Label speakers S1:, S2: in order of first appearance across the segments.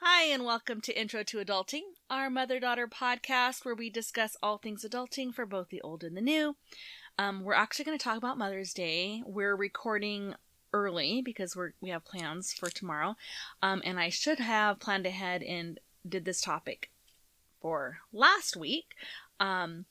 S1: Hi, and welcome to Intro to Adulting, our mother daughter podcast where we discuss all things adulting for both the old and the new. Um, we're actually going to talk about Mother's Day. We're recording early because we're, we have plans for tomorrow, um, and I should have planned ahead and did this topic for last week. Um,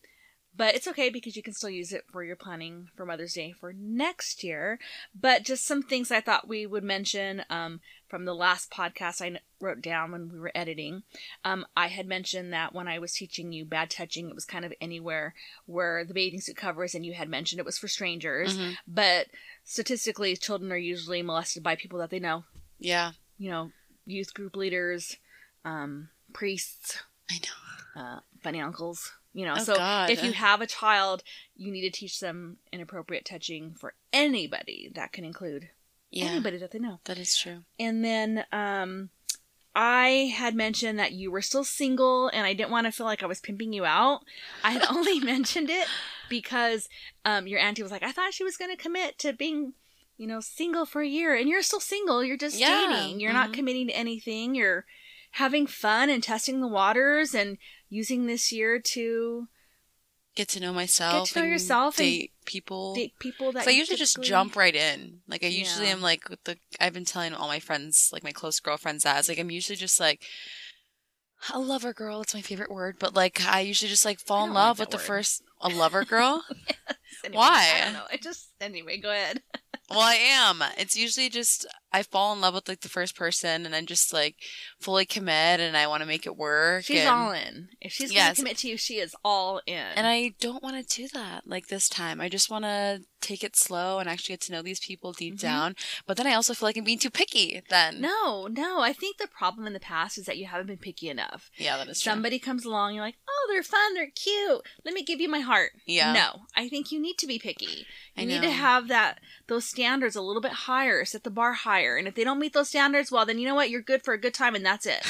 S1: but it's okay because you can still use it for your planning for Mother's Day for next year. But just some things I thought we would mention um, from the last podcast I kn- wrote down when we were editing. Um, I had mentioned that when I was teaching you bad touching, it was kind of anywhere where the bathing suit covers, and you had mentioned it was for strangers.
S2: Mhm.
S1: But statistically, children are usually molested by people that they know,
S2: Yeah,
S1: you know, youth group leaders, um, priests,
S2: I know.
S1: uh, funny uncles. You know,
S2: Oh,
S1: so
S2: God.
S1: if you have a child, you need to teach them inappropriate touching for anybody. That can include
S2: Yeah,
S1: anybody that they know.
S2: that is true.
S1: And then um, I had mentioned that you were still single, and I didn't want to feel like I was pimping you out. I had only mentioned it because um, your auntie was like, "I thought she was going to commit to being." You know, single for a year, and you're still single. You're just
S2: Yeah.
S1: dating. You're not
S2: Mhm.
S1: committing to anything. You're having fun and testing the waters, and using this year to
S2: Get to know myself.
S1: Get to know
S2: and
S1: yourself and
S2: date people.
S1: date people that.
S2: So I
S1: you
S2: usually just
S1: typically-
S2: jump right in. Like I usually
S1: Yeah.
S2: am like with the. I've been telling all my friends, like my close girlfriends, that it's like I'm usually just like a lover girl. It's my favorite word, but like I usually just like fall
S1: I
S2: in
S1: don't like
S2: love
S1: that
S2: with the
S1: word.
S2: first a lover girl.
S1: Anyway,
S2: Why?
S1: I don't know. It just anyway. Go ahead.
S2: Well, I am. It's usually just I fall in love with like the first person, and I just like fully commit, and I want to make it work.
S1: She's
S2: and-
S1: all in. If she's going to
S2: Yes.
S1: commit to you, she is all in.
S2: And I don't want to do that like this time. I just want to take it slow and actually get to know these people deep
S1: Mhm.
S2: down. But then I also feel like I'm being too picky then.
S1: no, no. I think the problem in the past is that you haven't been picky enough.
S2: Yeah, that is true.
S1: Somebody comes along, you're like, oh, they're fun, they're cute. Let me give you my heart.
S2: Yeah.
S1: No, I think you need to be picky.
S2: I
S1: You need to
S2: know.
S1: have that those standards a little bit higher, set the bar higher. And if they don't meet those standards, well, then you know what? You're good for a good time, and that's it.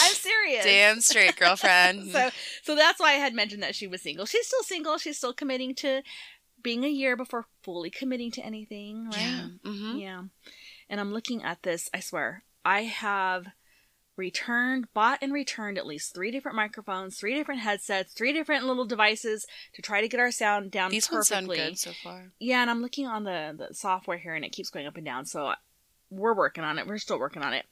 S1: I'm serious.
S2: Damn straight, girlfriend.
S1: so so that's why I had mentioned that she was single. She's still single. She's still committing to being a year before fully committing to anything,
S2: yeah.
S1: right?
S2: hmm
S1: Yeah. And I'm looking at this, I swear. I have returned, bought and returned at least three different microphones, three different headsets, three different little devices to try to get our sound down
S2: These ones sound
S1: perfectly.
S2: good so far.
S1: Yeah, and I'm looking on the, the software here and it keeps going up and down. So we're working on it. We're still working on it.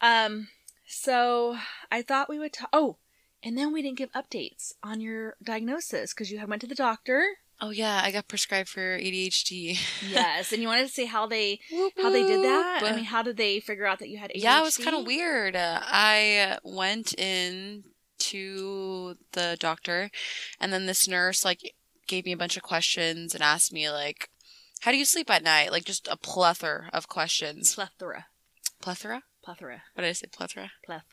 S1: Um, so I thought we would ta- Oh, and then we didn't give updates on your diagnosis because you had went to the doctor.
S2: Oh yeah, I got prescribed for ADHD.
S1: Yes, and you wanted to see how they how they did that. I mean, how did they figure out that you had ADHD?
S2: yeah, it was kind of weird. Uh, I went in to the doctor, and then this nurse like gave me a bunch of questions and asked me like, "How do you sleep at night?" Like just a plethora of questions.
S1: Plethora,
S2: Plethora?
S1: plethora,
S2: What did I say? Plethora.
S1: pleth.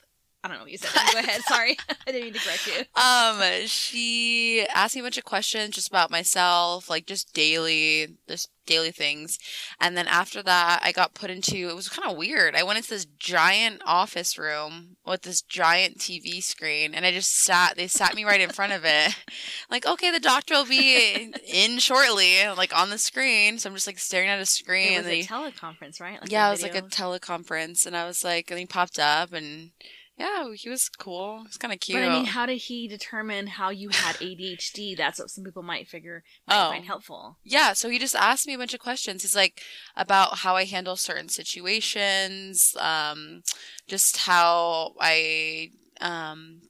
S1: I don't know what you said. Go ahead. Sorry, I didn't mean to correct you.
S2: Um, she asked me a bunch of questions just about myself, like just daily, just daily things. And then after that, I got put into it was kind of weird. I went into this giant office room with this giant TV screen, and I just sat. They sat me right in front of it. Like, okay, the doctor will be in shortly, like on the screen. So I'm just like staring at a screen.
S1: It was
S2: and they-
S1: a teleconference, right? Like
S2: yeah,
S1: a
S2: it was like a
S1: video.
S2: teleconference, and I was like, and he popped up, and yeah, he was cool. It's kind of cute.
S1: But I mean, how did he determine how you had ADHD? That's what some people might figure might
S2: Oh.
S1: find helpful.
S2: Yeah, so he just asked me a bunch of questions. He's like about how I handle certain situations, um, just how I um,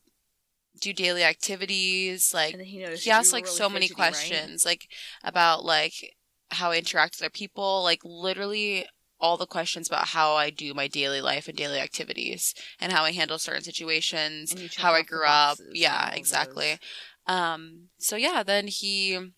S2: do daily activities. Like
S1: And then he noticed
S2: he
S1: that you
S2: asked
S1: were
S2: like
S1: really
S2: so many
S1: fidgety, right?
S2: questions, like about like how I interact with other people, like literally all the questions about how I do my daily life and daily activities, and how I handle certain situations
S1: And you checked
S2: how I
S1: off the
S2: grew up.
S1: boxes on all
S2: Yeah,
S1: of
S2: exactly. Um, so yeah, then he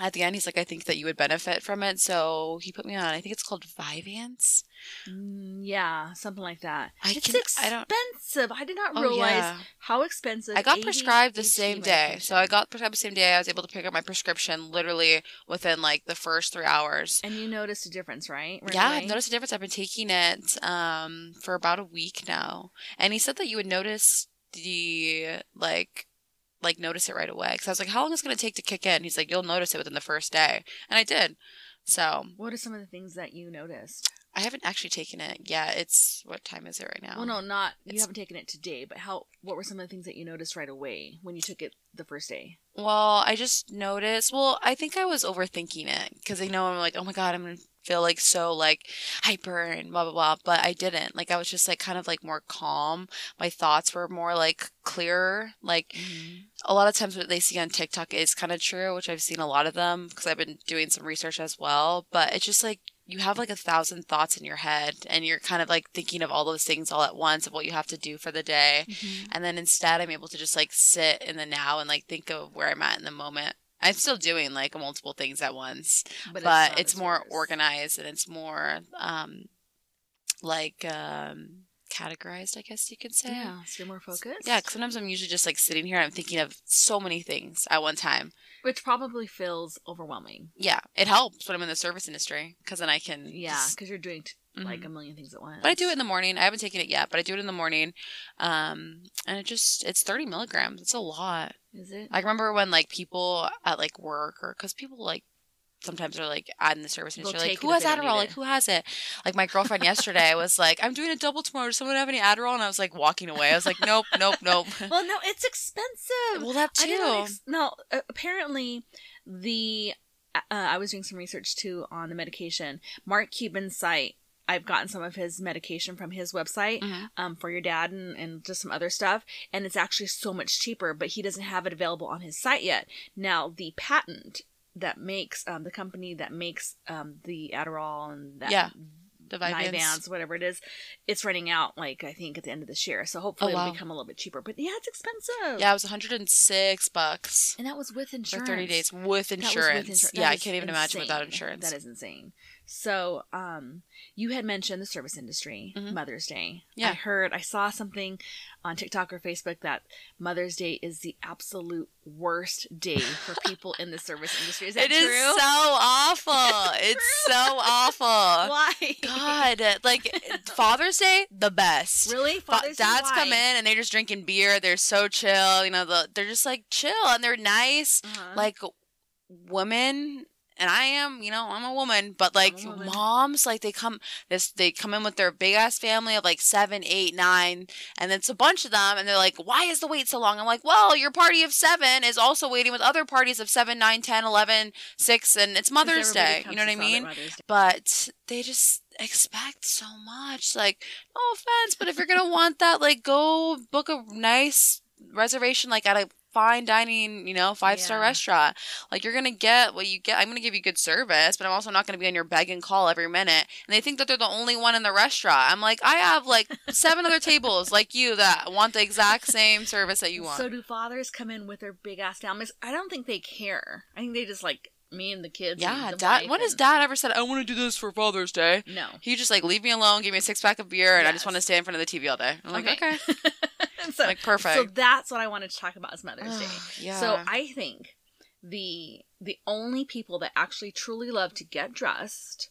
S2: at the end he's like, I think that you would benefit from it. So he put me on. I think it's called Vivance.
S1: those. Mm, yeah, something like that.
S2: I
S1: it's
S2: can- I don't-
S1: expensive. I did not
S2: Oh,
S1: realize
S2: yeah.
S1: how expensive.
S2: I got
S1: ADHD
S2: prescribed the same day. So I
S1: medication-
S2: got prescribed the same day. I was able to pick up my prescription literally within like the first three hours.
S1: And you noticed a difference, right? Right
S2: yeah,
S1: away?
S2: I've noticed a difference. I've been taking it um, for about a week now, and he said that you would notice the like, like notice it right away. Because I was like, "How long is it going to take to kick in?" He's like, "You'll notice it within the first day," and I did. So
S1: What are some of the things that you noticed?
S2: I haven't actually taken it yet. It's what time is it right now?
S1: Well, no, not you
S2: Oh. It's-
S1: haven't taken it today, but how? What were some of the things that you noticed right away when you took it the first day?
S2: Well, I just noticed. Well, I think I was overthinking it because I know I'm like, oh my god, I'm gonna feel like so like hyper and blah blah blah. But I didn't. Like I was just like kind of like more calm. My thoughts were more like clearer. Like a lot of times what they see on TikTok is kind of true, which I've seen a lot of them because I've been doing some research as well. But it's just like you have like a thousand thoughts in your head and you're kind of like thinking of all those things all at once of what you have to do for the day. And then instead, I'm able to just like sit in the now and like think of where I'm at in the moment. I'm still doing like multiple things at once, but,
S1: not
S2: it's,
S1: as
S2: more
S1: worse.
S2: organized and it's more um, like um, categorized, I guess you could say.
S1: Yeah, so you're more focused.
S2: Yeah, 'cause sometimes I'm usually just like sitting here and I'm thinking of so many things at one time.
S1: which probably feels overwhelming.
S2: Yeah, it helps when I'm in the service industry because then I can.
S1: Yeah,
S2: just-
S1: because you're doing t-
S2: mhm.
S1: like a million things at once.
S2: But I do it in the morning. I haven't taken it yet, but I do it in the morning. Um, and it just, it's 30 milligrams. It's a lot.
S1: Is it?
S2: I remember when like people at like work or because people like sometimes are like adding the service and
S1: They'll
S2: they're like,
S1: take
S2: who
S1: it if
S2: has
S1: they don't
S2: Adderall?
S1: need
S2: Like,
S1: it."
S2: who has it? Like, my girlfriend yesterday was like, I'm doing a double tomorrow. Does someone have any Adderall? And I was like, walking away. I was like, nope, nope, nope.
S1: well, no, it's expensive.
S2: well, that
S1: I didn't
S2: too.
S1: ex- no, uh, apparently the uh, I was doing some research too on the medication. Mark Cuban's site. I've gotten some of his medication from his website
S2: Mhm.
S1: um, for your dad and, and just some other stuff, and it's actually so much cheaper. But he doesn't have it available on his site yet. Now the patent that makes um, the company that makes um, the Adderall and that
S2: Yeah. The Vyvanse.
S1: Vyvanse, whatever it is, it's running out like I think at the end of this year. So hopefully
S2: Oh, wow.
S1: it'll become a little bit cheaper. But yeah, it's expensive.
S2: Yeah, it was 106 bucks
S1: And that was with
S2: for
S1: insurance.
S2: 30 days with
S1: That was
S2: insurance.
S1: with insur-
S2: yeah,
S1: that
S2: I
S1: is
S2: can't even imagine without
S1: insane.
S2: insurance.
S1: That is insane. So, um, you had mentioned the service industry,
S2: Mhm.
S1: Mother's Day.
S2: Yeah.
S1: I heard, I saw something on TikTok or Facebook that Mother's Day is the absolute worst day for people in the service industry. Is that
S2: It is
S1: true?
S2: so awful. it's so awful.
S1: Why?
S2: God, like Father's Day, the best.
S1: Really?
S2: Fa-
S1: Father's Day,
S2: dads come
S1: why?
S2: in and they're just drinking beer. They're so chill, you know. The, they're just like chill and they're nice.
S1: Uh-huh.
S2: Like women, and I am, you know, I'm a woman, but like
S1: a woman.
S2: moms, like they come this, they come in with their big ass family of like seven, eight, nine, and it's a bunch of them, and they're like, why is the wait so long? I'm like, well, your party of seven is also waiting with other parties of seven, nine, ten, eleven, six, and it's Mother's
S1: Everybody
S2: Day.
S1: comes
S2: You know what
S1: to
S2: I
S1: celebrate
S2: mean?
S1: Mother's Day.
S2: but they just expect so much. Like, no offense, but if you're gonna want that, like, go book a nice reservation, like at a fine dining, you know, five star
S1: Yeah.
S2: restaurant. Like, you're gonna get what you get. I'm gonna give you good service, but I'm also not gonna be on your beg and call every minute. And they think that they're the only one in the restaurant. I'm like, I have like seven other tables like you that want the exact same service that you want.
S1: So do fathers come in with their big ass families? I don't think they care. I think they just like me and the kids.
S2: yeah,
S1: and the
S2: dad.
S1: wife
S2: When has
S1: and-
S2: dad ever said, "I want to do this for Father's Day"?
S1: No.
S2: He just like leave me alone, give me a six pack of beer, and I just
S1: Yes.
S2: want to stay in front of the TV all day. I'm like, okay,
S1: so,
S2: like
S1: so
S2: perfect.
S1: that's what I wanted to talk about is Mother's Day.
S2: yeah.
S1: So I think the the only people that actually truly love to get dressed,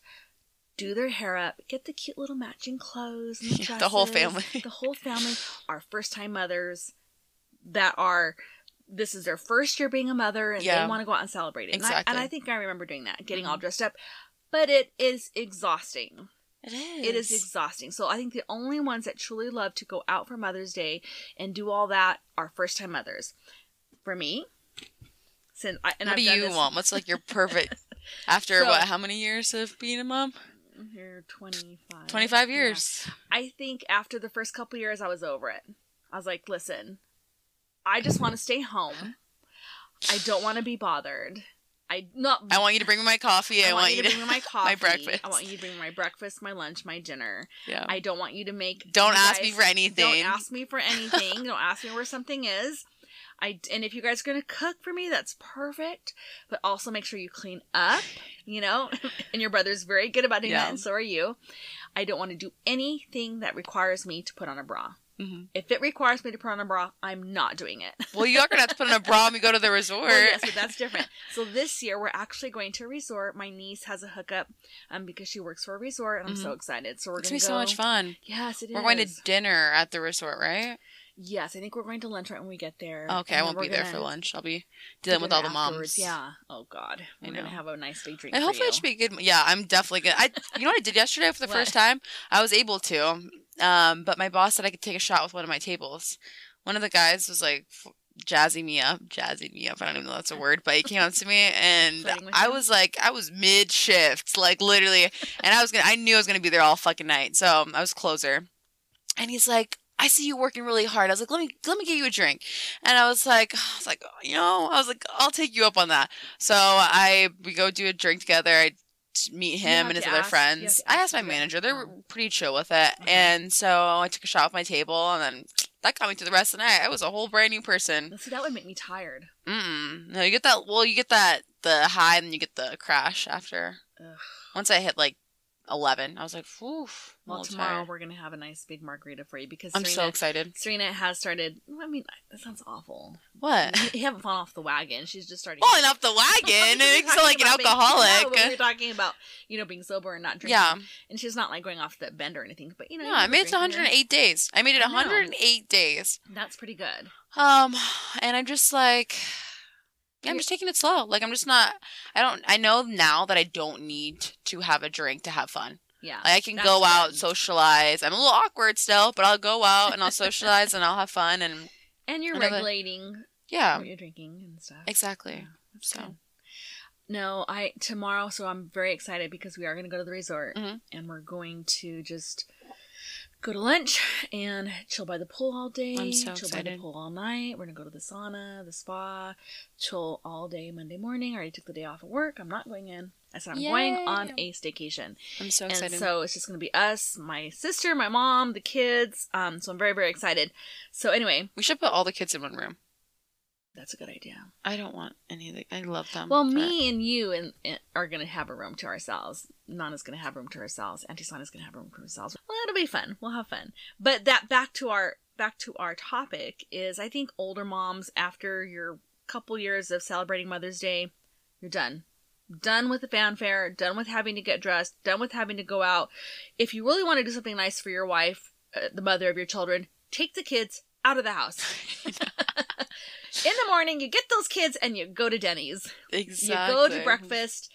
S1: do their hair up, get the cute little matching clothes, and the,
S2: Yeah, the whole
S1: dresses,
S2: family.
S1: the whole family are first time mothers that are this is their first year being a mother and
S2: Yeah.
S1: they want to go out and celebrate it. And, I,
S2: Exactly.
S1: and I think I remember doing that, getting all
S2: Mhm.
S1: dressed up. But it is exhausting.
S2: it is.
S1: It is exhausting. So I think the only ones that truly love to go out for Mother's Day and do all that are first time mothers. For me, since I and
S2: what
S1: I've
S2: do
S1: done
S2: you
S1: this-
S2: want? What's like your perfect? After
S1: So-
S2: what? How many years of being a mom?
S1: You're 25.
S2: Twenty five
S1: Yeah.
S2: years.
S1: I think after the first couple years, I was over it. I was like, listen, I just want to stay home. I don't want to be bothered. I not.
S2: I want you to bring me my coffee. I, want, you to.
S1: bring me my coffee.
S2: breakfast.
S1: I want you to bring me my breakfast, my lunch, my dinner.
S2: yeah.
S1: I don't want you to make.
S2: don't
S1: you
S2: ask me
S1: guys-
S2: for anything.
S1: Don't ask me for anything. Don't ask me where something is. I and if you guys are gonna cook for me, that's perfect. But also make sure you clean up. You know, and your brother's very good about doing
S2: Yeah.
S1: that, and so are you. I don't want to do anything that requires me to put on a bra.
S2: Mhm.
S1: If it requires me to put on a bra, I'm not doing it.
S2: Well, you're gonna have to put on a bra when you go to the resort.
S1: Well, yes, but that's different. So this year we're actually going to a resort. My niece has a hookup, um, because she works for a resort, and I'm so excited. So we're
S2: Mm-hmm. It's
S1: gonna
S2: gonna be
S1: go.
S2: so much fun.
S1: Yes, it
S2: We're going to
S1: is.
S2: dinner at the resort, right?
S1: Yes, I think we're going to lunch right when we get there.
S2: Okay,
S1: and
S2: I
S1: then
S2: won't
S1: we're
S2: be there
S1: gonna
S2: for lunch. I'll be
S1: do
S2: dealing with all the
S1: dinner afterwards.
S2: moms.
S1: Yeah. Oh God,
S2: I
S1: we're gonna
S2: know.
S1: have a nice big drink.
S2: And
S1: for
S2: hopefully
S1: you.
S2: it should be good. Yeah, I'm definitely good. I, you know what I did yesterday for the
S1: What?
S2: first time? I was able to, um, but my boss said I could take a shot with one of my tables. One of the guys was like f- jazzing me up, jazzing me up. I don't even know if that's a word, but he came up to me and
S1: Flirting with
S2: I
S1: you?
S2: was like, I was mid shift, like literally, and I was gonna, I knew I was gonna be there all fucking night, so um, I was closer. And he's like. I see you working really hard. I was like, let me let me get you a drink, and I was like, I was like, you know, I was like, I'll take you up on that. So I we go do a drink together. I t- meet
S1: You
S2: him
S1: have
S2: and his
S1: to
S2: other
S1: ask- you have
S2: friends.
S1: to
S2: I
S1: ask
S2: asked my
S1: for that.
S2: manager; they were
S1: Oh.
S2: pretty chill with it.
S1: Mhm.
S2: And so I took a shot off my table, and then that got me through the rest of the night. I was a whole brand new person.
S1: See, that would make me tired.
S2: Mm. No, you get that. Well, you get that the high, and then you get the crash after.
S1: Ugh.
S2: Once I hit like eleven, I was like, "Oof!" I'm a
S1: Well,
S2: little
S1: tomorrow
S2: tired.
S1: we're gonna have a nice big margarita for you because
S2: I'm so
S1: Serena,
S2: excited.
S1: Serena has started. I mean, that sounds awful.
S2: What?
S1: you haven't fallen off the wagon. She's just starting.
S2: Falling off the wagon?
S1: We were
S2: It's
S1: talking
S2: like an
S1: about being- No,
S2: alcoholic.
S1: but we were talking about you know being sober and not drinking.
S2: yeah.
S1: and she's not like going off the bend or anything. But you know,
S2: No,
S1: you
S2: I
S1: have a
S2: made it to
S1: drink and then-
S2: 108 days. I made it
S1: I know.
S2: 108 days.
S1: That's pretty good.
S2: Um, and I'm just like, yeah, I'm
S1: You-
S2: just taking it slow. Like I'm just not. I don't. I know now that I don't need to have a drink to have fun.
S1: Yeah,
S2: Like I can
S1: That's
S2: go out,
S1: good.
S2: socialize. I'm a little awkward still, but I'll go out and I'll socialize and I'll have fun and
S1: and you're
S2: another-
S1: regulating
S2: yeah,
S1: what you're drinking and stuff.
S2: exactly.
S1: That's
S2: So.
S1: good. No, I tomorrow. So I'm very excited because we are going to go to the resort
S2: Mhm.
S1: and we're going to just go to lunch and chill by the pool all day.
S2: I'm so
S1: chill by the
S2: excited.
S1: pool all night. We're going to go to the sauna, the spa, chill all day Monday morning. I already took the day off of work. I'm not going in. I said I'm going
S2: Yay.
S1: on a staycation.
S2: I'm so
S1: and
S2: excited.
S1: so it's just going to be us, my sister, my mom, the kids. Um, so I'm very very excited. So anyway,
S2: we should put all the kids in one room.
S1: that's a good idea.
S2: I don't want any. of the- I love them.
S1: Well,
S2: but-
S1: me and you and, and are going to have a room to ourselves. Nana's going to have a room to ourselves. Auntie Sana's going to have a room to ourselves. Well, it'll be fun. We'll have fun. But that back to our back to our topic is I think older moms after your couple years of celebrating Mother's Day, you're done. Done with the fanfare, done with having to get dressed, done with having to go out. If you really want to do something nice for your wife, uh, the mother of your children, take the kids out of the house. In the morning, you get those kids and you go to Denny's.
S2: exactly.
S1: You go to breakfast.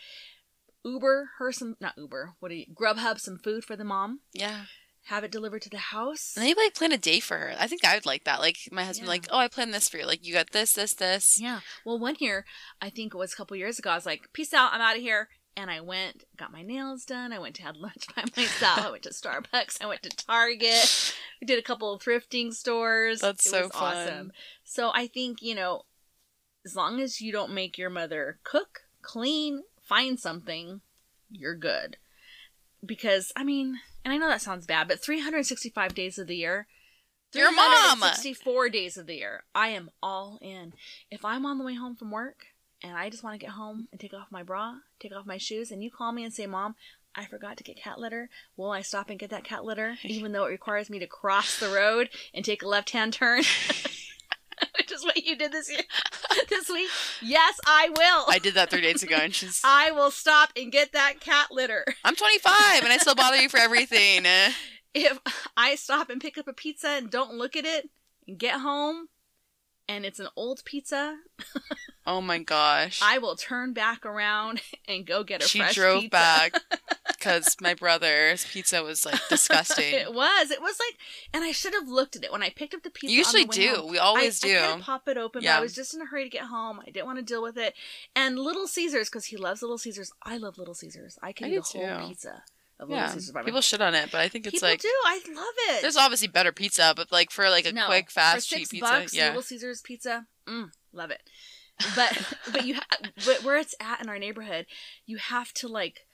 S1: Uber her some not Uber. What do you Grubhub some food for the mom?
S2: Yeah.
S1: Have it delivered to the house.
S2: And they like plan a day for her. I think I would like that. Like my husband,
S1: Yeah.
S2: like, oh, I planned this for you. Like you got this, this, this.
S1: Yeah. Well, one year, I think it was a couple years ago, I was like, peace out, I'm out of here. And I went, got my nails done. I went to have lunch by myself. I went to Starbucks. I went to Target. We did a couple of thrifting stores.
S2: That's
S1: it
S2: so
S1: was
S2: fun.
S1: awesome. So I think, you know, as long as you don't make your mother cook, clean, find something, you're good. Because, I mean, and I know that sounds bad, but 365 days of the year,
S2: You're a mom.
S1: 364 days of the year. I am all in. If I'm on the way home from work and I just want to get home and take off my bra, take off my shoes, and you call me and say, Mom, I forgot to get cat litter, will I stop and get that cat litter? Even though it requires me to cross the road and take a left hand turn, which is what you did this year, this week. Yes, I will.
S2: I did that three days ago, and she's.
S1: I will stop and get that cat litter.
S2: I'm 25, and I still bother you for everything. eh?
S1: if I stop and pick up a pizza and don't look at it and get home and it's an old pizza,
S2: Oh my gosh.
S1: I will turn back around and go get a
S2: she
S1: fresh
S2: drove
S1: pizza.
S2: back because my brother's pizza was like disgusting.
S1: It was. It was like, and I should have looked at it when I picked up the pizza.
S2: you usually
S1: on the way
S2: do.
S1: home.
S2: We always
S1: I,
S2: do.
S1: I tried to pop it open, but
S2: Yeah.
S1: I was just in a hurry to get home. I didn't want to deal with it. And Little Caesars, because he loves Little Caesars. I love Little Caesars. I can
S2: I
S1: eat a
S2: do
S1: whole
S2: too.
S1: pizza of Little
S2: yeah.
S1: Caesars by
S2: People shit on it, but I think
S1: myself.
S2: it's
S1: People
S2: like
S1: do. I love it.
S2: there's obviously better pizza, but like for like a
S1: No,
S2: quick, fast,
S1: for six
S2: cheap pizza,
S1: bucks,
S2: yeah.
S1: Little Caesars pizza. Mm, love it. But but you ha- but where it's at in our neighborhood, you have to like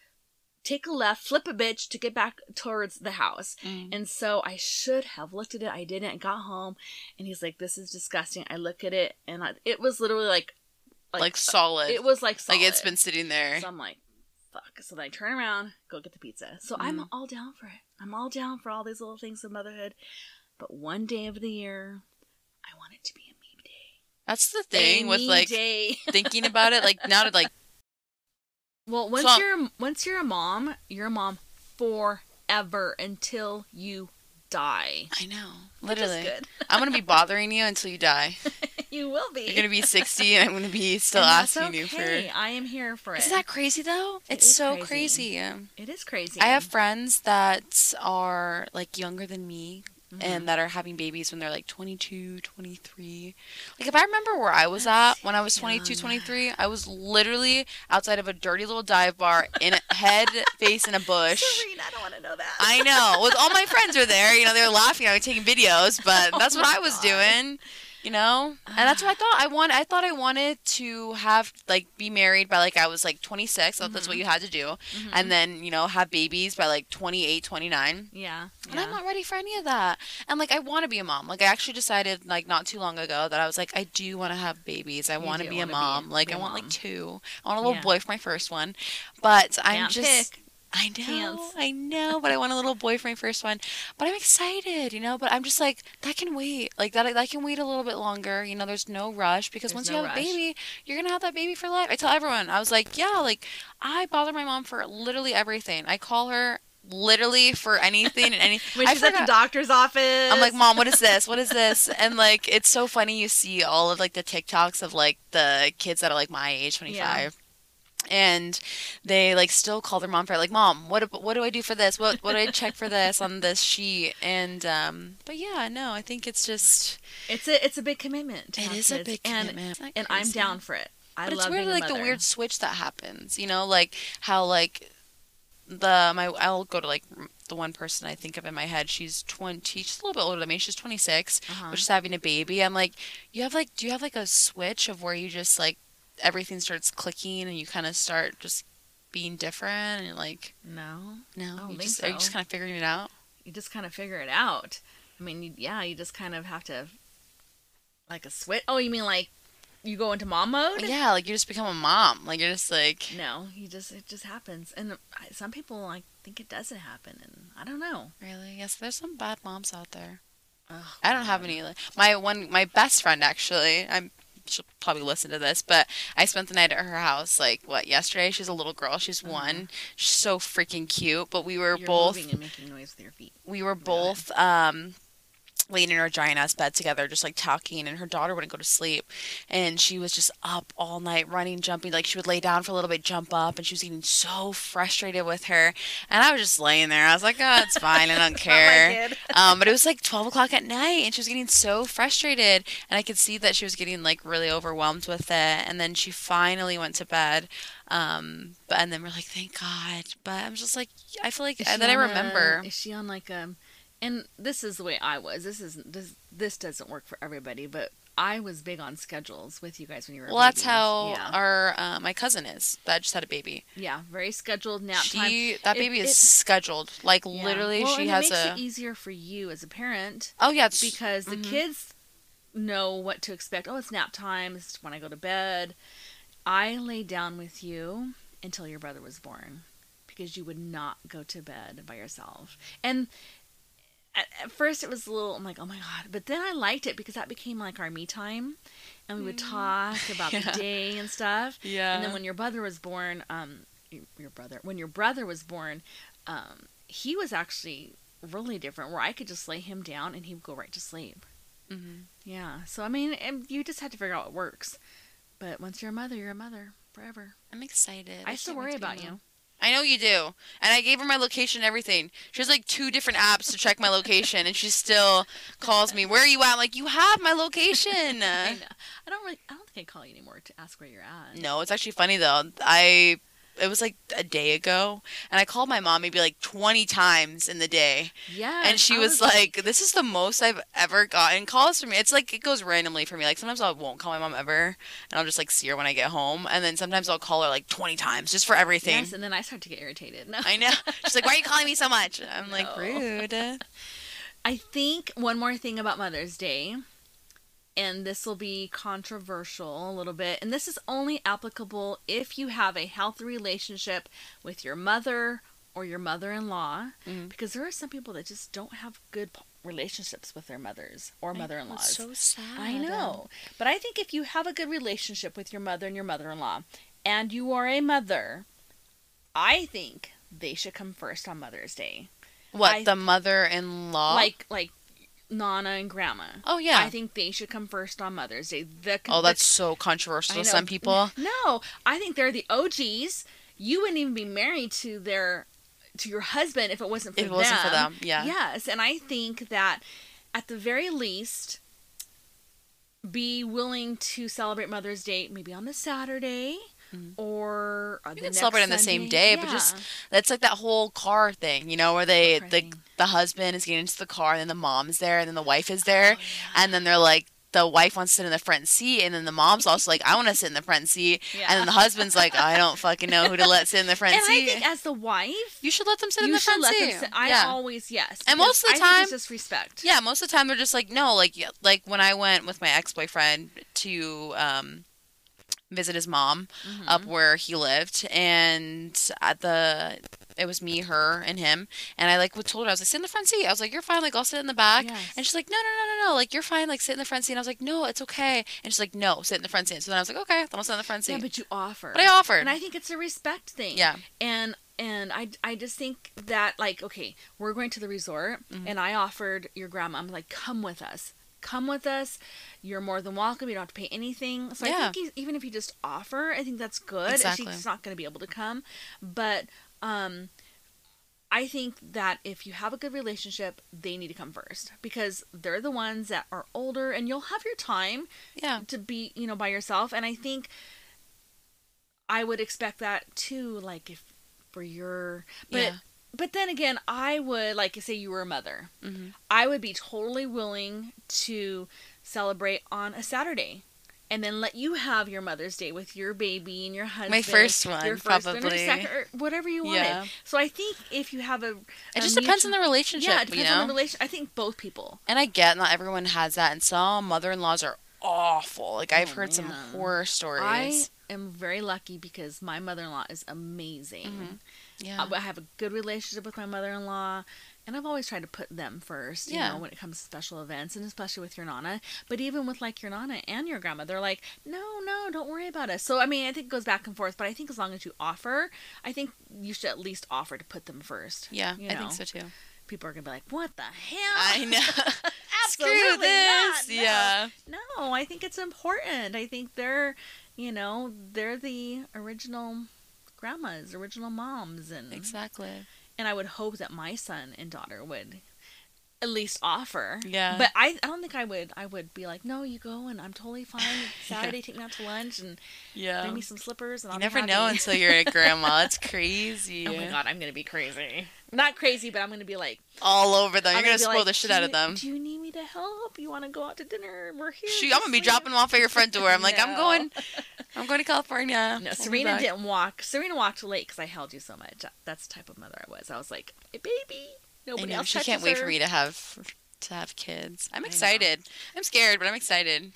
S1: take a left, flip a bitch to get back towards the house.
S2: Mm.
S1: And so I should have looked at it. I didn't. I got home, and he's like, "This is disgusting." I look at it, and I, it was literally like,
S2: Like, solid.
S1: it was like solid.
S2: Like it's been sitting there.
S1: So I'm like, fuck. So then I turn around, go get the pizza. So I'm
S2: Mhm.
S1: all down for it. I'm all down for all these little things of motherhood. But one day of the year, I want it to be a me day.
S2: That's the thing
S1: a
S2: with
S1: me
S2: like
S1: day.
S2: thinking about it. Like now to like.
S1: Well, once
S2: So-
S1: you're once you're a mom, you're a mom forever until you die.
S2: I know.
S1: Which is
S2: Literally.
S1: good.
S2: I'm going to be bothering you until you die.
S1: you will be.
S2: You're going to be 60 and I'm going to be still
S1: And that's
S2: asking you
S1: okay.
S2: for.
S1: I am here for it.
S2: Isn't that crazy though?
S1: It
S2: it's
S1: is
S2: so
S1: crazy.
S2: crazy. Um,
S1: it is crazy.
S2: I have friends that are like younger than me
S1: Mhm.
S2: and that are having babies when they're like 22, 23. Like if I remember where I was at when I was 22,
S1: young.
S2: 23, I was literally outside of a dirty little dive bar in a head face in a bush.
S1: Serene, I don't want to know that.
S2: I know. With all my friends were there, you know, they were laughing at me taking videos, but
S1: Oh
S2: that's what
S1: my
S2: I was
S1: God.
S2: doing, you know. And that's what I thought I want. I thought I wanted to have like be married by like I was like 26. I thought that's what you had to do,
S1: Mhm.
S2: and then you know have babies by like 28, 29.
S1: yeah,
S2: And I'm
S1: yeah.
S2: not ready for any of that. And like I want to be a mom. Like I actually decided like not too long ago that I was like I do want to have babies. I
S1: You
S2: want to
S1: do
S2: be a
S1: wanna be-
S2: mom. like
S1: be
S2: I
S1: a
S2: want like
S1: mom.
S2: two. I want a little
S1: Yeah.
S2: boy for my first one. But I'm
S1: Can't
S2: just
S1: pick.
S2: I know,
S1: Pants.
S2: I know, but I want a little boy for my first one. But I'm excited, you know. But I'm just like that can wait, like that that can wait a little bit longer. You know, there's no rush because
S1: There's
S2: once
S1: no
S2: you have
S1: rush.
S2: a baby, you're gonna have that baby for life. I tell everyone, I was like, yeah, like I bother my mom for literally everything. I call her literally for anything and any.
S1: When
S2: I
S1: she's at the
S2: forgot-
S1: doctor's office,
S2: I'm like, mom, what is this? What is this? And like, it's so funny. You see all of like the TikToks of like the kids that are like my age, 25. And they like still call their mom for like, mom, what ab- what do I do for this? What what do I check for this on this sheet? And um, but yeah, no, I think it's just
S1: it's a it's a big commitment. To
S2: it
S1: have
S2: is a
S1: kids,
S2: big
S1: and-
S2: commitment, Isn't that
S1: and I'm
S2: crazy?
S1: down for it. I
S2: But
S1: love
S2: it's weird,
S1: being a
S2: like the
S1: mother.
S2: weird switch that happens. You know, like how like the my I'll go to like the one person I think of in my head. She's twenty. She's a little bit older than me. She's twenty six
S1: Uh-huh.
S2: which is having a baby. I'm like, you have like, do you have like a switch of where you just like everything starts clicking and you kind of start just being different and like,
S1: no,
S2: no,
S1: I don't
S2: you
S1: think
S2: just are you
S1: so.
S2: just kind of figuring it out?
S1: you just kind of figure it out. I mean, you, yeah, you just kind of have to like a switch. Oh, you mean like you go into mom mode?
S2: Yeah, like you just become a mom. Like you're just like,
S1: No, you just it just happens, and I- some people like think it doesn't happen, and I don't know.
S2: really? Yes, there's some bad moms out there.
S1: Ugh,
S2: I don't have
S1: God.
S2: any. like- My one, my best friend actually. I'm. She'll probably listen to this, but I spent the night at her house. Like what yesterday? She's a little girl. She's
S1: Uh-huh.
S2: one. She's so freaking cute. But we were
S1: You're
S2: both
S1: moving and making noise with your feet.
S2: we were both um laying in our giant ass bed together just like talking and her daughter wouldn't go to sleep and she was just up all night running jumping like she would lay down for a little bit jump up and she was getting so frustrated with her and i was just laying there i was like oh it's fine i don't care um, but it was like 12 o'clock at night and she was getting so frustrated and i could see that she was getting like really overwhelmed with it and then she finally went to bed um, but and then we're like thank god but i'm just like i feel like
S1: Is
S2: and
S1: she
S2: then i
S1: on a-
S2: remember
S1: is she on like um, and this is the way I was. This isn't this this doesn't work for everybody, but I was big on schedules with you guys when you were.
S2: well that's
S1: babies.
S2: how
S1: Yeah,
S2: our uh, my cousin is that just had a baby
S1: yeah, very scheduled nap time.
S2: she that
S1: It-
S2: baby is
S1: it-
S2: scheduled like
S1: Yeah.
S2: literally
S1: Well,
S2: she
S1: and
S2: has
S1: it makes
S2: a
S1: it easier for you as a parent
S2: oh yeah it's
S1: because the
S2: mhm.
S1: kids know what to expect. Oh, it's nap time. It's when I go to bed. I lay down with you until your brother was born because you would not go to bed by yourself. And at, at first it was a little, I'm like, oh my God. But then I liked it because that became like our me time. And we would talk about
S2: Mm-hmm. Yeah.
S1: the day and stuff.
S2: yeah
S1: And then when your brother was born, um, y- your brother, when your brother was born, um, he was actually really different. Where I could just lay him down and he would go right to sleep.
S2: Mhm.
S1: Yeah. So I mean, and you just had to figure out what works. But once you're a mother, you're a mother forever.
S2: i'm excited
S1: I, still
S2: can't wait
S1: worry
S2: to be a
S1: about
S2: mom.
S1: you.
S2: I know you do. And I gave her my location and everything. She has like two different apps to check my location and she still calls me, Where are you at? I'm like, You have my location.
S1: I, know. I don't really. I don't think I call you anymore to ask where you're at.
S2: no, it's actually funny though. I it was like a day ago and I called my mom maybe like twenty times in the day.
S1: Yeah.
S2: And she
S1: I
S2: was like, This is the most I've ever gotten calls from me. It's like it goes randomly for me. Like sometimes I won't call my mom ever and I'll just like see her when I get home and then sometimes I'll call her like twenty times just for everything.
S1: Yes, and then I start to get irritated. No.
S2: I know. She's like, Why are you calling me so much? I'm like,
S1: No.
S2: rude.
S1: I think one more thing about Mother's Day, and this will be controversial a little bit, and this is only applicable if you have a healthy relationship with your mother or your mother in law,
S2: Mhm.
S1: because there are some people that just don't have good p- relationships with their mothers or mother in laws.
S2: So sad.
S1: I know. But I think if you have a good relationship with your mother and your mother in law, and you are a mother, I think they should come first on Mother's Day.
S2: What
S1: I-
S2: the mother-in-law?
S1: Like like Nana and Grandma.
S2: oh yeah.
S1: I think they should come first on Mother's Day. The
S2: oh,
S1: the-
S2: that's so controversial
S1: I
S2: to
S1: know.
S2: some people.
S1: No, I think they're the OGs. You wouldn't even be married to their to your husband if it wasn't for
S2: If it
S1: them.
S2: wasn't for them, yeah.
S1: Yes, and I think that at the very least be willing to celebrate Mother's Day maybe on the Saturday
S2: Mhm.
S1: or on
S2: You
S1: the
S2: can
S1: next
S2: celebrate on the same
S1: Sunday.
S2: day, but just-
S1: Yeah.
S2: That's like that whole car thing, you know, where they
S1: Car
S2: the
S1: thing.
S2: the husband is getting into the car and then the mom's there and then the wife is there
S1: Oh, yeah.
S2: and then they're like the wife wants to sit in the front seat and then the mom's also like I want to sit in the front seat
S1: Yeah.
S2: and then the husband's like I don't fucking know who to let sit in the front
S1: And I
S2: seat.
S1: think as the wife,
S2: you should let them sit in
S1: you
S2: the
S1: should
S2: front
S1: let
S2: seat.
S1: them sit. I
S2: yeah.
S1: always yes, because
S2: And most of the
S1: I think
S2: time-
S1: it's just respect.
S2: Yeah, most of the time they're just like, no, like yeah, like when I went with my ex boyfriend to um, visit his mom
S1: Mhm.
S2: up where he lived, and at the it was me, her, and him, and I like told her I was like, sit in the front seat. I was like, you're fine, like I'll sit in the back.
S1: Yes.
S2: And she's like, no, no, no, no, no, like you're fine, like sit in the front seat. And I was like, no, it's okay. And she's like, no, sit in the front seat. So then I was like, okay, then I'll sit in the front seat.
S1: yeah,
S2: but,
S1: but you offer.
S2: I offered.
S1: and I think it's a respect thing.
S2: yeah,
S1: and and I I just think that like okay, we're going to the resort,
S2: Mhm.
S1: and I offered your grandma. I'm like, come with us, come with us. You're more than welcome. You don't have to pay anything. So
S2: Yeah.
S1: I think he, even if you just offer, I think that's good.
S2: Exactly.
S1: She's not going to be able to come, but um. I think that if you have a good relationship, they need to come first because they're the ones that are older and you'll have your time
S2: yeah.
S1: to be you know by yourself and i think i would expect that too like if for your but
S2: Yeah.
S1: but then again i would like say you were a mother
S2: hmm
S1: i would be totally willing to celebrate on a saturday and then let you have your mother's day with your baby and your husband
S2: first one,
S1: your first one or
S2: probably.
S1: second or whatever you wanted
S2: Yeah.
S1: so i think if you have a
S2: It
S1: a
S2: just depends on the
S1: mutual-
S2: relationship.
S1: yeah it depends
S2: you know?
S1: on the relation i think both people
S2: And I get not everyone has that, and some mother-in-laws are awful. Like I've
S1: Oh,
S2: heard some
S1: man.
S2: horror stories.
S1: I am very lucky because my mother-in-law is amazing.
S2: Mhm. yeah,
S1: Uh, but I have a good relationship with my mother-in-law, and I've always tried to put them first. You
S2: Yeah.
S1: know, when it comes to special events, and especially with your nana. But even with like your nana and your grandma, they're like, no, no, don't worry about us. So I mean, I think it goes back and forth. But I think as long as you offer, I think you should at least offer to put them first.
S2: yeah,
S1: you
S2: I
S1: know.
S2: think so too.
S1: People are gonna be like, what the hell?
S2: I know.
S1: Absolutely
S2: Screw
S1: not,
S2: this.
S1: no.
S2: Yeah,
S1: No, I think it's important. I think they're, you know, they're the original grandmas, original moms, and
S2: exactly.
S1: and I would hope that my son and daughter would at least offer.
S2: Yeah.
S1: But I, I don't think I would. I would be like, no, you go, and I'm totally fine. Saturday, take me out to lunch and
S2: Yeah,
S1: bring me
S2: Um, you
S1: some slippers, and I'll be
S2: never know
S1: happy."
S2: until you're a grandma. It's crazy.
S1: Oh my god, I'm gonna be crazy. Not crazy, but I'm gonna be like,
S2: All over them. Oh, You're
S1: I'm
S2: gonna,
S1: be
S2: spoil
S1: like,
S2: the shit
S1: "Do
S2: out
S1: you-
S2: of them.
S1: Do you need me to help? You want to go out to dinner? We're here.
S2: Shoot,
S1: just
S2: I'm gonna be
S1: later."
S2: dropping them off at your front door. I'm like, I'm
S1: No.
S2: going. I'm going to California.
S1: No,
S2: I'll be
S1: Serena
S2: back."
S1: didn't walk. Serena walked late because I held you so much. That's the type of mother I was. I was like, hey, baby,
S2: I
S1: nobody
S2: know,
S1: else.
S2: she can't wait for me
S1: to.
S2: to have to have kids. I'm
S1: know.
S2: excited. I'm scared, but I'm excited. I'm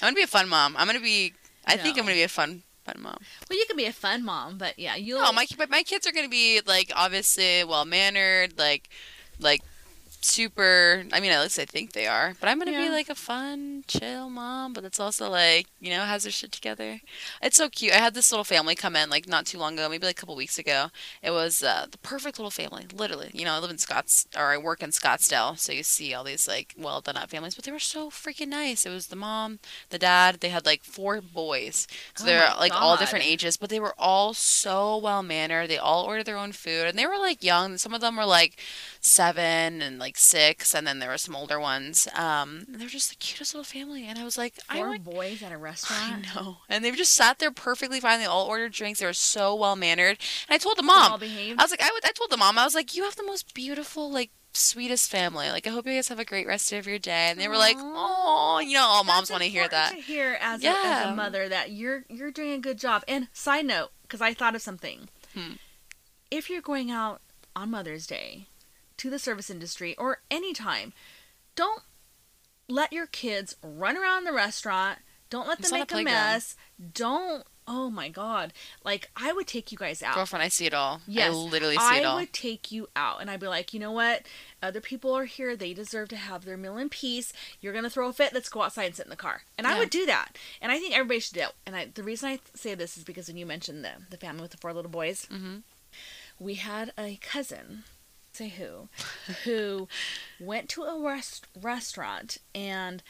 S2: gonna be a fun mom. I'm gonna be. I think I'm
S1: No.
S2: gonna be a fun fun mom.
S1: Well, you can be a fun mom, but yeah, you.
S2: No, my but my kids are gonna be like obviously well mannered, like like super. I mean, at least I think they are. But I'm gonna be
S1: Yeah.
S2: like a fun, chill mom. But that's also like you know has their shit together. It's so cute. I had this little family come in like not too long ago, maybe like a couple weeks ago. It was uh, the perfect little family, literally. You know, I live in Scotts or I work in Scottsdale, so you see all these like well done up families. But they were so freaking nice. It was the mom, the dad. They had like four boys, so
S1: Oh
S2: they're
S1: my
S2: like all
S1: God.
S2: different ages. But they were all so well mannered. They all ordered their own food, and they were like young. Some of them were like seven and like six, and then there were some older ones. Um, they're just the cutest little family, and I was like, I
S1: four
S2: want
S1: boys at a
S2: I
S1: restaurant.
S2: know. And they've just sat there perfectly fine. They all ordered drinks. They were so well mannered. And I told the
S1: All
S2: mom,
S1: behaved.
S2: I was like, I, would, I told the mom, I was like, you have the most beautiful, like, sweetest family. Like, I hope you guys have a great rest of your day. And they were like,
S1: Aw.
S2: oh, you know, all moms
S1: That's
S2: want to hear
S1: important
S2: that.
S1: To hear as, a, as
S2: Yeah.
S1: a mother that you're you're doing a good job. And side note, because I thought of something.
S2: Hmm.
S1: If you're going out on Mother's Day to the service industry or any time, don't let your kids run around the restaurant. Don't let
S2: It's
S1: them
S2: not a
S1: make a,
S2: playground.
S1: mess. Don't. Oh my God! Like I would take you guys out.
S2: Girlfriend, I see it all.
S1: Yes,
S2: I literally see it
S1: I
S2: all.
S1: would take you out and I'd be like, you know what? Other people are here. They deserve to have their meal in peace. You're going to throw a fit. Let's go outside and sit in the car. And
S2: Yeah.
S1: I would do that. And I think everybody should do it. And I, the reason I say this is because when you mentioned the, the family with the four little boys,
S2: Mhm.
S1: we had a cousin say who, who went to a rest- restaurant and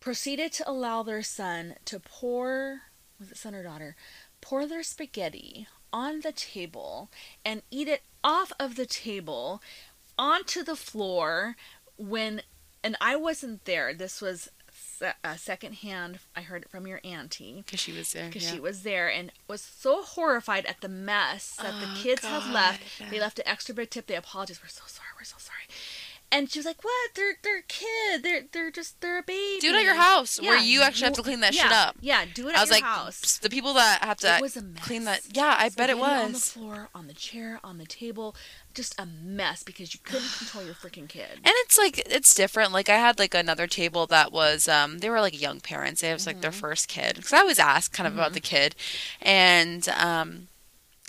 S1: proceeded to allow their son to pour, was it son or daughter, pour their spaghetti on the table and eat it off of the table onto the floor when, and I wasn't there, this was se- uh, secondhand, I heard it from your auntie
S2: Because she was there.
S1: because
S2: yeah.
S1: she was there and was so horrified at the mess that
S2: Oh,
S1: the kids have left.
S2: God,
S1: They
S2: yeah.
S1: left an extra big tip. They apologized. We're so sorry. We're so sorry. And she was like, "What? They're they're a kid. They're they're just they're a baby.
S2: Do it at your house where
S1: Yeah,
S2: you actually have
S1: you-
S2: to clean that
S1: yeah,
S2: shit up.
S1: Yeah, do it at
S2: I was
S1: your
S2: like,
S1: house.
S2: "Psst, the people that have to
S1: it was a mess.
S2: clean that. Yeah, I bet it
S1: Spaghetti on the
S2: was.
S1: floor, on the chair, on the table, just a mess because you couldn't control your freaking kid.
S2: And it's like it's different. Like I had like another table that was um they were like young parents. It was like
S1: Mm-hmm.
S2: their first kid because I always ask kind of about the kid, and um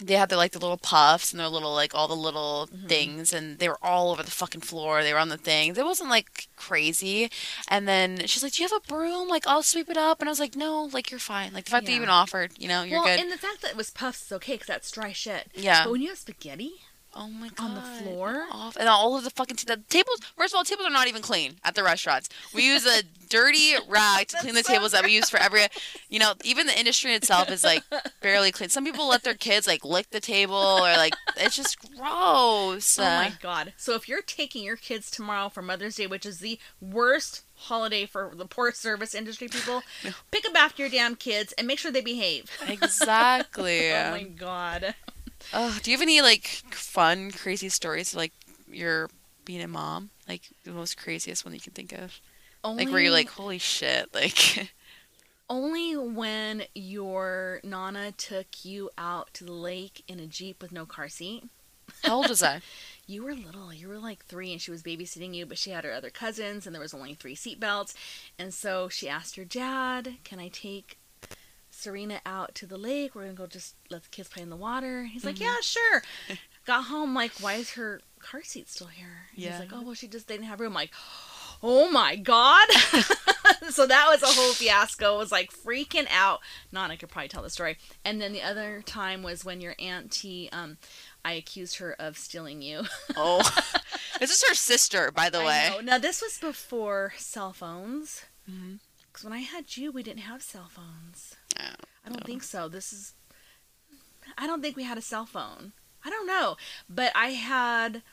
S2: they had their like the little puffs and their little like all the little
S1: Mm-hmm.
S2: things and they were all over the fucking floor. They were on the things. It wasn't like crazy. And then she's like, "Do you have a broom? Like I'll sweep it up." And I was like, "No, like you're fine. Like the fact that
S1: Yeah.
S2: you even offered, you know, you're
S1: well,
S2: good."
S1: and the fact that it was puffs is okay because that's dry shit.
S2: Yeah.
S1: But when you have spaghetti,
S2: Oh my god.
S1: on the floor?
S2: Off and all of the fucking t- the tables. First of all, tables are not even clean at the restaurants. We use a dirty rag to clean the
S1: That's so
S2: tables that we use for every. You know, even the industry itself is like barely clean. Some people let their kids like lick the table or like it's just gross.
S1: Oh my
S2: Uh,
S1: god. So if you're taking your kids tomorrow for Mother's Day, which is the worst holiday for the poor service industry people, pick them after your damn kids and make sure they behave.
S2: Exactly.
S1: Oh my god.
S2: Ugh, do you have any like fun, crazy stories like your being a mom? Like the most craziest one that you can think of?
S1: Only
S2: Like where you're like, holy shit! Like
S1: only when your nana took you out to the lake in a Jeep with no car seat.
S2: how old was I?
S1: You were little. You were like three, and she was babysitting you, but she had her other cousins, and there was only three seatbelts. And so she asked her dad, Can I take Serena out to the lake? We're going to go just let the kids play in the water. He's like, Yeah, sure. Got home, like, Why is her car seat still here? And
S2: Yeah.
S1: He's like, Oh, well, she just didn't have room. Like, Oh my God. so that was a whole fiasco. It was like freaking out. Nana could probably tell the story. And then the other time was when your auntie, um, I accused her of stealing you.
S2: Oh, this is her sister, by the
S1: I
S2: way.
S1: know. Mm-hmm. Now this was before cell phones.
S2: Mhm.
S1: Because when I had you, we didn't have cell phones.
S2: Oh,
S1: I don't think so. This is. I don't think we had a cell phone. I don't know, but I had.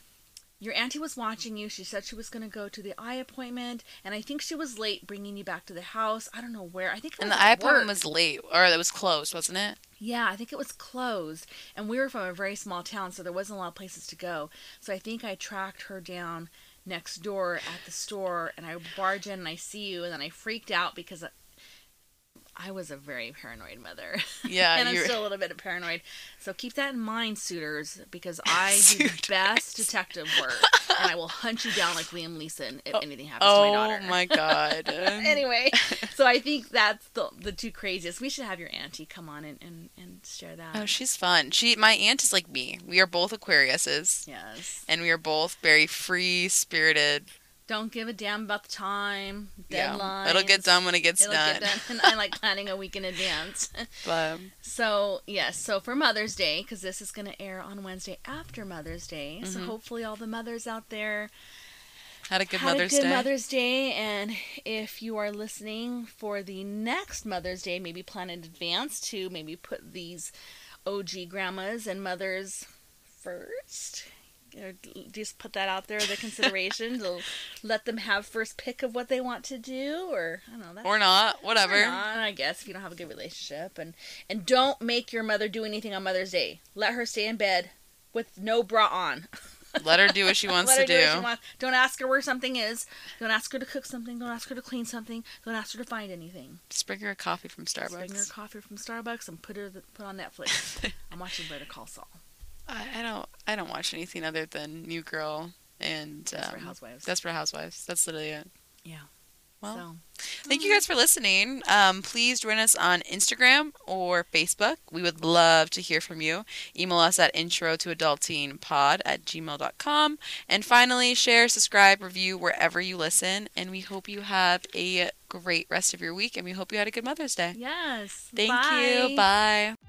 S1: Your auntie was watching you. She said she was going to go to the eye appointment, and I think she was late bringing you back to the house. I don't know where. I think it
S2: And
S1: was
S2: the
S1: at
S2: eye appointment
S1: work.
S2: was late, or it was closed, wasn't it?
S1: Yeah, I think it was closed, and we were from a very small town, so there wasn't a lot of places to go. So I think I tracked her down next door at the store, and I barge in and I see you, and then I freaked out because I, I was a very paranoid mother,
S2: Yeah,
S1: and I'm
S2: you-
S1: still a little bit paranoid. So keep that in mind, suitors, because I do the
S2: Suitors.
S1: best detective work, and I will hunt you down like Liam Neeson if anything happens to my
S2: Oh
S1: daughter.
S2: my god.
S1: Anyway, so I think that's the the two craziest. We should have your auntie come on and, and, and share that.
S2: Oh, she's fun. She, my aunt is like me. We are both Aquariuses,
S1: Yes.
S2: and we are both very free spirited.
S1: Don't give a damn about the time,
S2: Yeah,
S1: deadlines.
S2: it'll get done when it gets
S1: It'll
S2: done.
S1: get done. And I like planning a week in advance.
S2: But
S1: so, yes, so for Mother's Day, because this is going to air on Wednesday after Mother's Day. So,
S2: Mm-hmm.
S1: hopefully, all the mothers out there
S2: had a good
S1: had
S2: Mother's
S1: a good
S2: Day.
S1: Mother's Day. And if you are listening for the next Mother's Day, maybe plan in advance to maybe put these OG grandmas and mothers first. Or just put that out there, the consideration to let them have first pick of what they want to do, or I don't know. That's
S2: or not, whatever.
S1: or not, I guess if you don't have a good relationship, and and don't make your mother do anything on Mother's Day. Let her stay in bed with no bra on.
S2: Let her do what she wants
S1: Let her
S2: to
S1: do, what she
S2: do.
S1: wants. Don't ask her where something is. Don't ask her to cook something. Don't ask her to clean something. Don't ask her to find anything.
S2: Just bring her a coffee from Starbucks.
S1: Just Bring her coffee from Starbucks and put her the, put on Netflix. I'm watching Better Call Saul.
S2: I, I don't. I don't watch anything other than New Girl and
S1: Desperate
S2: um,
S1: Housewives.
S2: Desperate Housewives. That's literally it.
S1: Yeah.
S2: Well,
S1: so
S2: thank you guys for listening. Um, please join us on Instagram or Facebook. We would love to hear from you. Email us at intro to adultingpod at gmail.com. And finally, share, subscribe, review wherever you listen. And we hope you have a great rest of your week. And we hope you had a good Mother's Day.
S1: yes.
S2: Thank
S1: Bye.
S2: you. Bye.